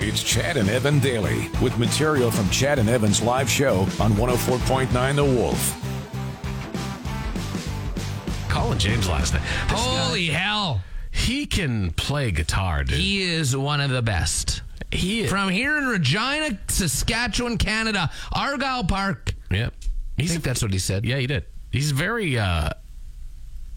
It's Chad and Evan Daily with material from Chad and Evan's live show on 104.9 The Wolf. Colin James last night. This Holy hell. guy, he can play guitar, dude. He is one of the best. He is. From here in Regina, Saskatchewan, Canada, Argyle Park. yeah. I He's think that's what he said. yeah, he did. He's very uh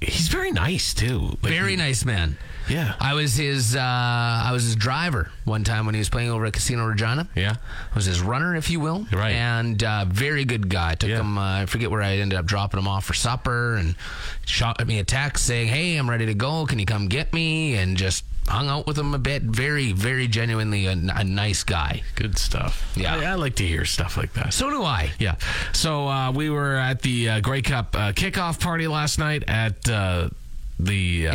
he's very nice too. Like, Very he- nice man. Yeah. I was his uh, I was his driver one time when he was playing over at Casino Regina. Yeah. I was his runner, if you will. Right. And uh, very good guy. I took Yeah. him. Uh, I forget where I ended up dropping him off for supper, and shot me a text saying, "Hey, I'm ready to go. Can you come get me?" And just hung out with him a bit. Very, very genuinely a, a nice guy. Good stuff. Yeah. I, I like to hear stuff like that. So do I. Yeah. So uh, we were at the uh, Grey Cup uh, kickoff party last night at uh, the uh,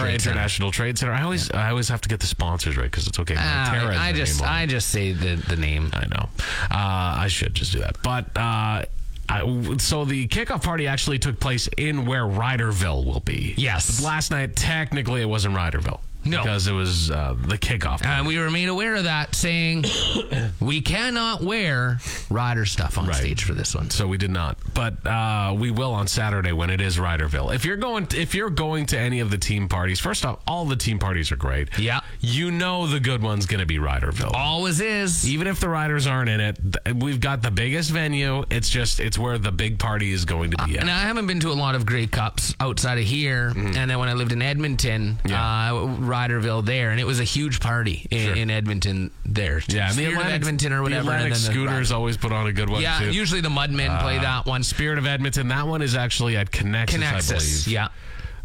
Viterra Trade Center. International Trade Center. I always I always have to get the sponsors right because it's okay. Ah, Viterra Oh, is I the just name on it. I just say the the name. I know. Uh, I should just do that. But uh, I, so the kickoff party actually took place in where Ryderville will be. Yes. But last night, technically, it wasn't Ryderville. No. Because it was uh, the kickoff. And we were made aware of that, saying we cannot wear rider stuff on Right. stage for this one. so we did not, but uh, we will on Saturday when it is Ryderville. If you're going, if you're going to any of the team parties, first off, all the team parties are great. Yeah. you know the good one's going to be Ryderville. Always is. even if the riders aren't in it, th- we've got the biggest venue. It's just it's where the big party is going to be. at. And I haven't been to a lot of Grey Cups outside of here. And then when I lived in Edmonton, Mm-hmm. Yeah. uh, Ryderville there, and it was a huge party in, Sure. in Edmonton there. Yeah, and Spirit the Atlantic, of Edmonton or whatever. The Atlantic and then the Scooters Ryder- always put on a good one yeah, too. Uh, usually the Mudmen play that one. Spirit of Edmonton. That one is actually at Connexus, I Connexus. believe. Yeah.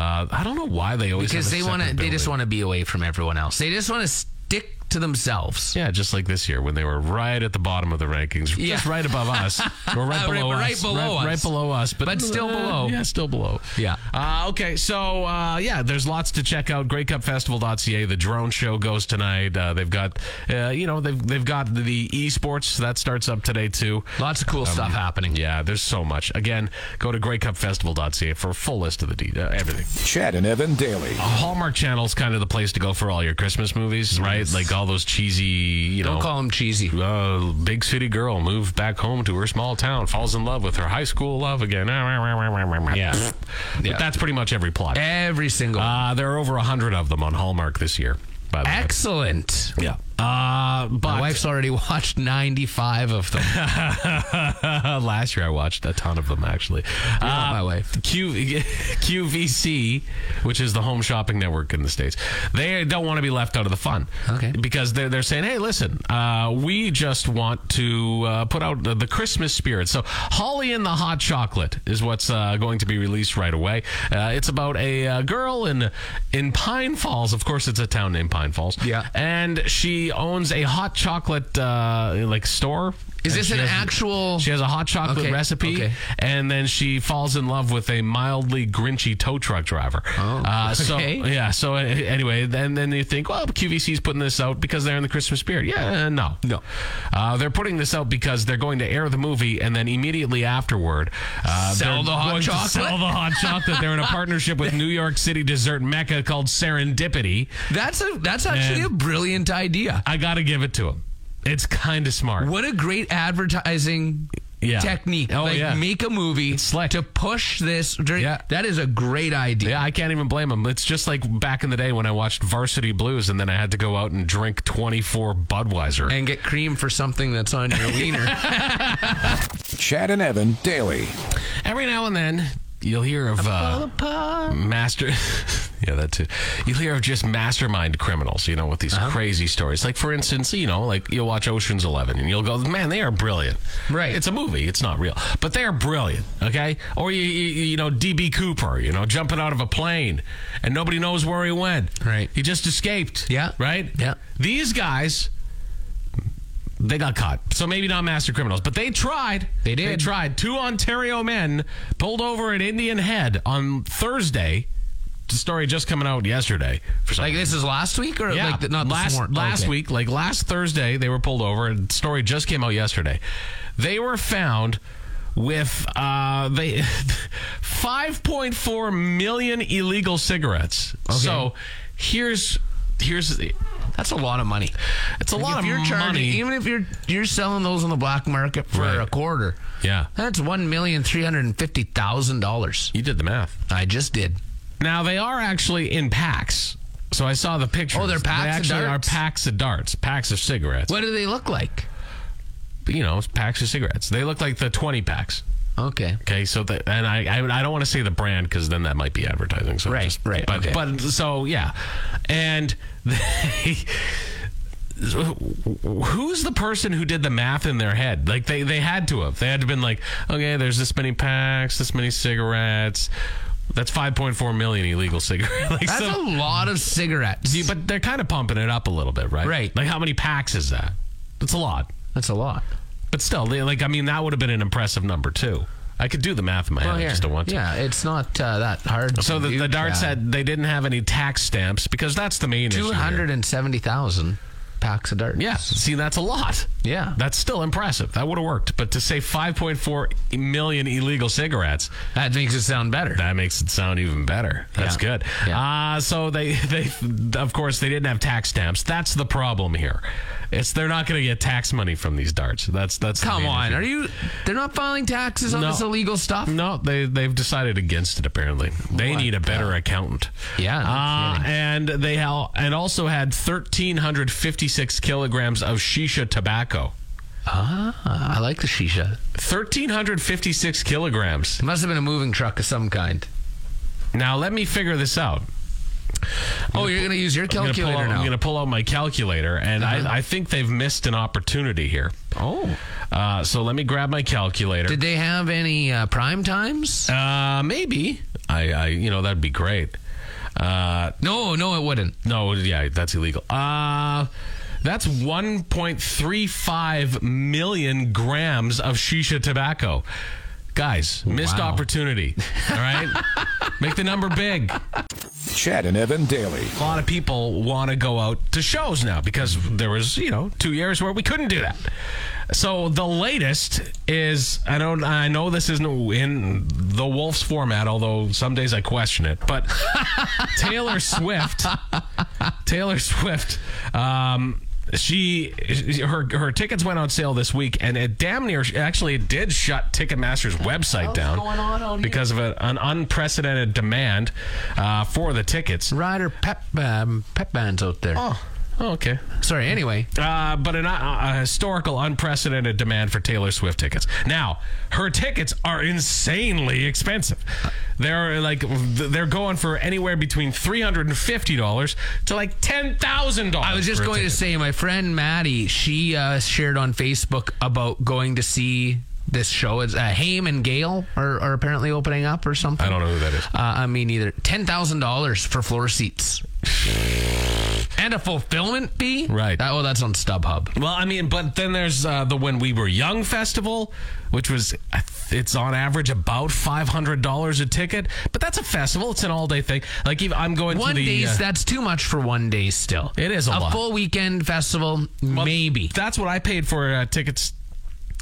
Uh, I don't know why they always Because they want want to, they just want to be away from everyone else. They just want to stick to themselves. Yeah, just like this year when they were right at the bottom of the rankings, Yeah. Uh, just right above us, or right Right- below right us, below right, us. right below us, but, But still Uh, below. Yeah, still below. Yeah. Uh, okay, so uh, yeah, there's lots to check out. GreatCupFestival.ca. The drone show goes tonight. Uh, they've got, uh, you know, they've they've got the esports that starts up today too. Lots of Um, cool stuff happening. Yeah, there's so much. Again, go to greatcupfestival.ca for a full list of the de- uh, everything. Chad and Evan Daily. Hallmark Channel's kind of the place to go for all your Christmas movies, right? Like all those cheesy, you Don't know, call them cheesy. uh, big city girl moved back home to her small town, falls in love with her high school love again. Yeah, Yeah. But that's pretty much every plot. Every single. Uh, there are over a hundred of them on Hallmark this year. By the way, Excellent. yeah. Uh, but My wife's already watched 95 of them. Last year, I watched a ton of them actually. Uh, not my wife. Q, QVC, which is the home shopping network in the states, they don't want to be left out of the fun. Okay. because they're they're saying, hey, listen, uh, we just want to uh, put out the, the Christmas spirit. So, Holly and the Hot Chocolate is what's uh, going to be released right away. Uh, it's about a uh, girl in in Pine Falls. Of course, it's a town named Pine Falls. Yeah. and she owns a hot chocolate uh, like store. Is And this she an has- actual- She has a hot chocolate Okay, recipe, okay. and then she falls in love with a mildly grinchy tow truck driver. Oh, uh, so, okay. Yeah. So uh, anyway, then then you think, well, QVC's putting this out because they're in the Christmas spirit. Yeah. uh, No. No. Uh, they're putting this out because they're going to air the movie, and then immediately afterward, uh, Sell they're the hot going to chocolate? Sell the hot chocolate. They're in a partnership with New York City dessert mecca called Serendipity. That's a that's actually a brilliant idea. I got to give it to them. It's kind of smart. What a great advertising Yeah. technique. Oh, like yeah. make a movie slick. to push this during, Yeah. that is a great idea. Yeah, I can't even blame him. It's just like back in the day when I watched Varsity Blues and then I had to go out and drink 24 Budweiser. And get cream for something that's on your wiener. Chad and Evan Daily. Every now and then, you'll hear of uh, master. yeah, that too. You'll hear of just mastermind criminals, you know, with these Uh-huh. crazy stories. Like, for instance, you know, like you'll watch Ocean's Eleven and you'll go, man, they are brilliant. Right. It's a movie, it's not real, but they are brilliant, okay? Or, you, you, you know, D.B. Cooper, you know, jumping out of a plane and nobody knows where he went. Right. He just escaped. Yeah. Right? Yeah. These guys They got caught. So maybe not master criminals, but they tried. They did. They tried. Two Ontario men pulled over an Indian head on Thursday. The story just coming out yesterday. For some Like this is last week or yeah, like the, not this last morning? last Okay. week, like last Thursday, they were pulled over. And the story just came out yesterday. They were found with uh, they 5.4 million illegal cigarettes. So here's here's the- That's a lot of money. it's a Like, lot if you're of charging- money. even if you're you're selling those on the black market for Right. a quarter. yeah, That's one million three hundred and fifty thousand dollars. you did the math. I just did. Now they are actually in packs. So I saw the pictures. Oh, they're packs They of actually darts. are packs of darts, packs of cigarettes. What do they look like? You know, packs of cigarettes. They look like the twenty packs. Okay. Okay, so that and I I, I don't want to say the brand because then that might be advertising. So Right, just- right, But okay. but so yeah, and they, who's the person who did the math in their head? Like they they had to have they had to have been like okay, there's this many packs, this many cigarettes. That's 5.4 million illegal cigarettes. Like, That's so, a lot of cigarettes. do you- but they're kind of pumping it up a little bit, right? Right. Like how many packs is that? That's a lot. That's a lot. But still, they, like I mean, that would have been an impressive number too. I could do the math in my head. I just don't want to. yeah, it's not uh, that hard. So the, the dart said they didn't have any tax stamps because that's the main issue. two here. hundred and seventy thousand packs of darts. Yeah. See, that's a lot. Yeah. That's still impressive. That would have worked. But to say 5.4 million illegal cigarettes, That makes it sound better. that makes it sound even better. That's Yeah. good. Yeah. Uh, so they, they, of course, they didn't have tax stamps. That's the problem here. It's they're not going to get tax money from these darts. That's that's. the Come main on, issue. are you? They're not filing taxes on No. this illegal stuff. No, they they've decided against it. Apparently, they What need a better accountant. Yeah, no uh, kidding. and they hel- and also had thirteen hundred fifty six kilograms of shisha tobacco. Ah, I like the shisha. Thirteen hundred fifty six kilograms. It must have been a moving truck of some kind. Now let me figure this out. Oh, you're gonna use your I'm gonna pull calculator out- now. I'm going to pull out my calculator, and Uh-huh. I, I think they've missed an opportunity here. Oh, Uh, so let me grab my calculator. did they have any uh, prime times? uh, maybe I, I, you know, that'd be great. Uh, no, no, it wouldn't. No, yeah, that's illegal. Uh that's 1.35 million grams of shisha tobacco. Guys, missed Wow. opportunity. All right? Make the number big. Chad and Evan daily. A lot of people want to go out to shows now because there was, you know, 2 years where we couldn't do that. So the latest is I don't I know this isn't in the Wolf's format although some days I question it, but Taylor Swift Taylor Swift. Um, she her her tickets went on sale this week, and it damn near actually it did shut Ticketmaster's website down because of a, an unprecedented demand uh, for the tickets. Rider pep um, pep bands out there. Oh, okay. Sorry. Anyway, Uh, but an, uh, a historical, unprecedented demand for Taylor Swift tickets. Now, her tickets are insanely expensive. They're like they're going for anywhere between three hundred and fifty dollars to like ten thousand dollars. I was just going to say, my friend Maddie, she uh, shared on Facebook about going to see this show. It's uh, Haim and Gale are, are apparently opening up or something. I don't know who that is. Uh, I mean, either ten thousand dollars for floor seats and a fulfillment fee. Right. Uh, oh, that's on StubHub. Well, I mean, but then there's uh, the When We Were Young festival, which was it's on average about five hundred dollars a ticket, but that's a festival; it's an all day thing. Like even, I'm going One to the day's uh, that's too much for one day. Still, It is a lot. full weekend festival. maybe that's what I paid for uh, tickets.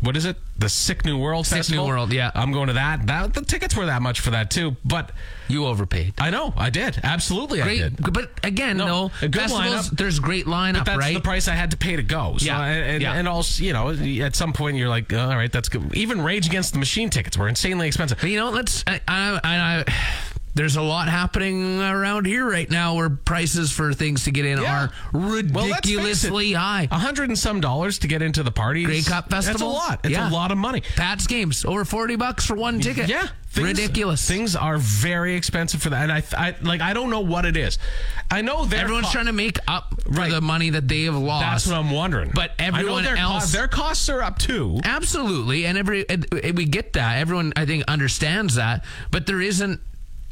What is it? The Sick New World Sick New festival. World, yeah. I'm going to that. That the tickets were that much for that too, but you overpaid. I know I did absolutely Great, I did. but again, No, no, a good festivals. lineup. There's great lineup, But that's right? the price I had to pay to go. So, Yeah, And, yeah. and also, you know, at some point you're like, "Oh, all right, that's good. Even Rage Against the Machine tickets were insanely expensive. But, you know, let's. I, I, I, I, there's a lot happening around here right now where prices for things to get in Yeah. are Well, let's face it. ridiculously high. A hundred and some dollars to get into the party. Grey Cup That's a Festival? lot. It's Yeah. a lot of money. Pat's games over forty bucks for one ticket. Yeah, things- ridiculous. Things are very expensive for that, and I, I like I don't know what it is. I know they're Everyone's co- trying to make up for Right. the money that they have lost. That's what I'm wondering. But I know everyone their co- else- their costs are up too. Absolutely, and every and- and we get that. Everyone, I think, understands that, but there isn't.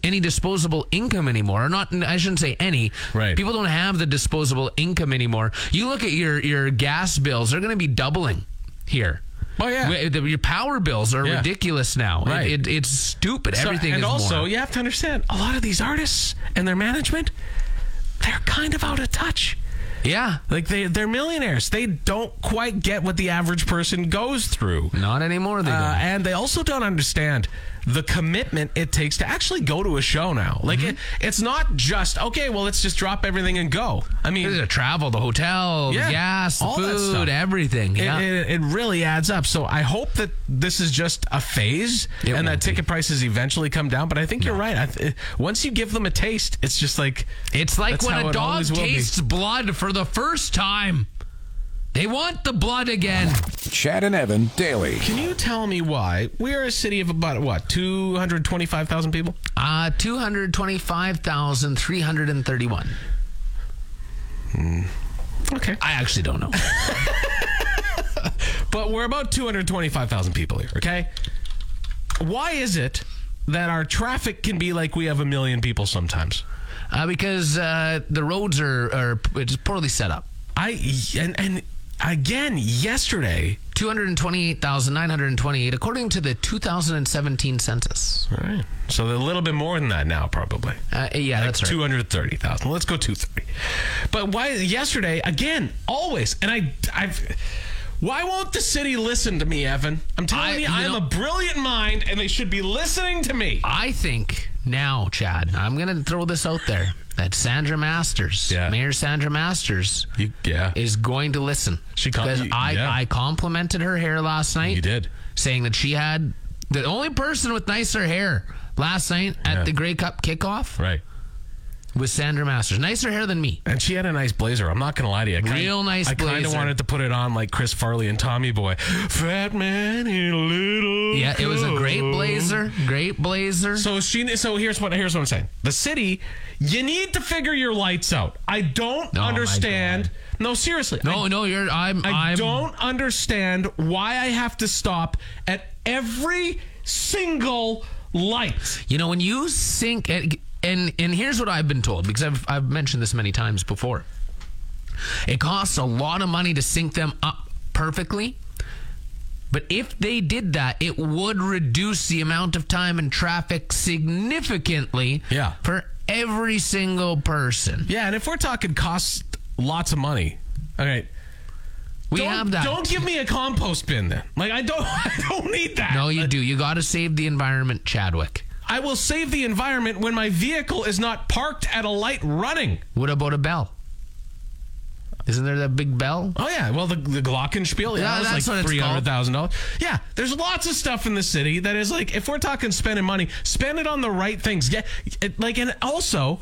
any disposable income anymore. Or not, I shouldn't say any. Right. People don't have the disposable income anymore. You look at your your gas bills; they're going to be doubling here. Oh, yeah. Wa- the- Your power bills are Yeah. ridiculous now. It- Right. It, it's stupid. So- Everything and is also more. you have to understand a lot of these artists and their management they're kind of out of touch yeah. like they, they're millionaires they don't quite get what the average person goes through Not anymore. They uh, don't. and they also don't understand the commitment it takes to actually go to a show now Mm-hmm. like it, it's not just okay well let's just drop everything and go i mean the travel, the hotel, Yeah, the gas, the all that stuff. food, everything. It, Yeah. it, it really adds up. So I hope that this is just a phase It and that won't be. ticket prices eventually come down. But I think you're right. I th- once you give them a taste, it's just like It's like That's when how a it dog always will be. tastes blood for the first time. They want the blood again. Chad and Evan daily. Can you tell me why we're a city of about what 225,000 people? Uh, 225,331. Okay, I actually don't know. but we're about 225,000 people here. Okay, why is it that our traffic can be like we have a million people sometimes? uh, because uh, the roads are, are it's poorly set up. I and and again yesterday. 228,928 according to the 2017 census. All right, so they're a little bit more than that now, probably. Uh, yeah, that's right. Two hundred thirty thousand. Let's go two thirty. But why? Yesterday again, always, and I, I've. Why won't the city listen to me, Evan? I'm telling I- you, you I'm know- a brilliant mind, and they should be listening to me. I think now, Chad, I'm going to throw this out there that Sandra Masters, Yeah. Mayor Sandra Masters, You, yeah, is going to listen. She com- because you- I, yeah. I complimented her hair last night. you did. saying that she had the only person with nicer hair last night at Yeah. the Grey Cup kickoff Right, was Sandra Masters. Nicer hair than me. and she had a nice blazer. I'm not gonna lie to you. I kinda- Real nice I kind of blazer. wanted to put it on like Chris Farley and Tommy Boy. Fat man in a little. Yeah, it was a great coat. blazer. Great blazer. So she. So here's what here's what I'm saying. The city, you need to figure your lights out. I don't my understand. Oh No, seriously. no, no, you're I'm I, I am don't understand why I have to stop at every single light. You know, when you sink, and and, and here's what I've been told because I've I've mentioned this many times before. It costs a lot of money to sync them up perfectly. But if they did that, it would reduce the amount of time and traffic significantly Yeah. for every single person. Yeah, and if we're talking costs lots of money. All right. We don't, have that. Don't give me a compost bin then. Like I don't I don't need that. no, you do. You got to save the environment, Chadwick. I will save the environment when my vehicle is not parked at a light running. What about a bell? Isn't there that big bell? Oh yeah, well the the Glockenspiel, yeah, Yeah, that was that's what like it's three hundred thousand dollars. Yeah, there's lots of stuff in the city that is like if we're talking spending money, spend it on the right things. Get it, like and also,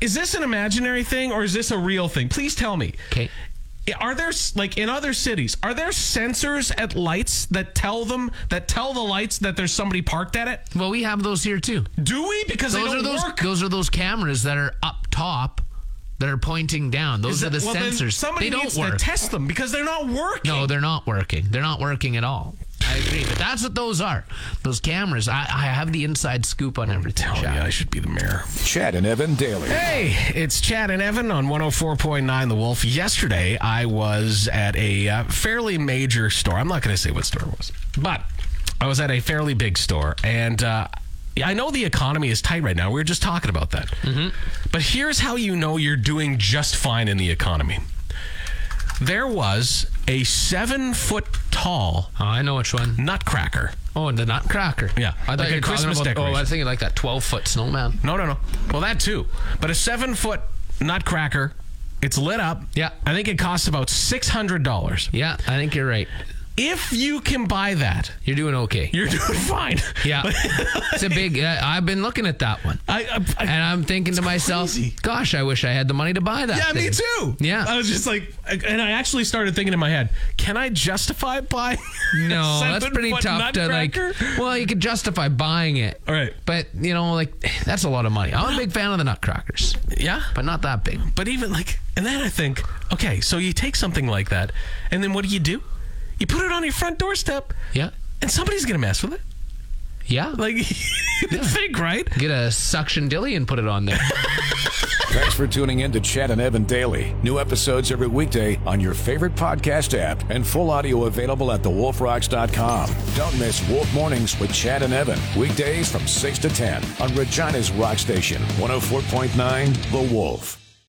is this an imaginary thing or is this a real thing? Please tell me. Okay. Are there s- like in other cities? Are there sensors at lights that tell them that tell the lights that there's somebody parked at it? Well, we have those here too. Do we? Because those they are don't those work. those are those cameras that are up top that are pointing down. Is Those are that- the well, then sensors. Somebody they don't needs to work. test them because they're not working. no, they're not working. They're not working at all. I agree, but that's what those are. Those cameras. I, I have the inside scoop on everything. Tell me, Chad. Oh, I should be the mayor. Chad and Evan daily. Hey, it's Chad and Evan on 104.9 The Wolf. Yesterday, I was at a uh, fairly major store. I'm not going to say what store it was, but I was at a fairly big store. And uh, I know the economy is tight right now. We were just talking about that. But here's how you know you're doing just fine in the economy there was a seven foot tall Oh, I know which one. nutcracker. Oh, and the nutcracker. Yeah, I thought like you a were talking Christmas about, decoration. Oh, I was thinking like that twelve foot snowman. No, no, no. Well, that too. But a seven foot nutcracker. It's lit up. Yeah. I think it costs about six hundred dollars. Yeah, I think you're right. If you can buy that, You're doing okay. you're doing fine. yeah, it's a big. Uh, I've been looking at that one. I, I, I- and I'm thinking to myself, crazy. "Gosh, I wish I had the money to buy that." yeah, me thing." too. Yeah. I was just like, and I actually started thinking in my head, can I justify buying? a No, that's pretty seven-foot tough to like. nutcracker? Well, you could justify buying it. All right. But you know, like that's a lot of money. I'm a big fan of the Nutcrackers, Yeah, but not that big. but even like, and then I think, okay, so you take something like that, and then what do you do? You put it on your front doorstep, Yeah. and somebody's gonna mess with it. Yeah. Like, you think, right? Get a suction dilly and put it on there. Thanks for tuning in to Chad and Evan Daily. New episodes every weekday on your favorite podcast app and full audio available at thewolfrocks.com. Don't miss Wolf Mornings with Chad and Evan. oh Weekdays from 6 to 10 on Regina's Rock Station, 104.9 The Wolf.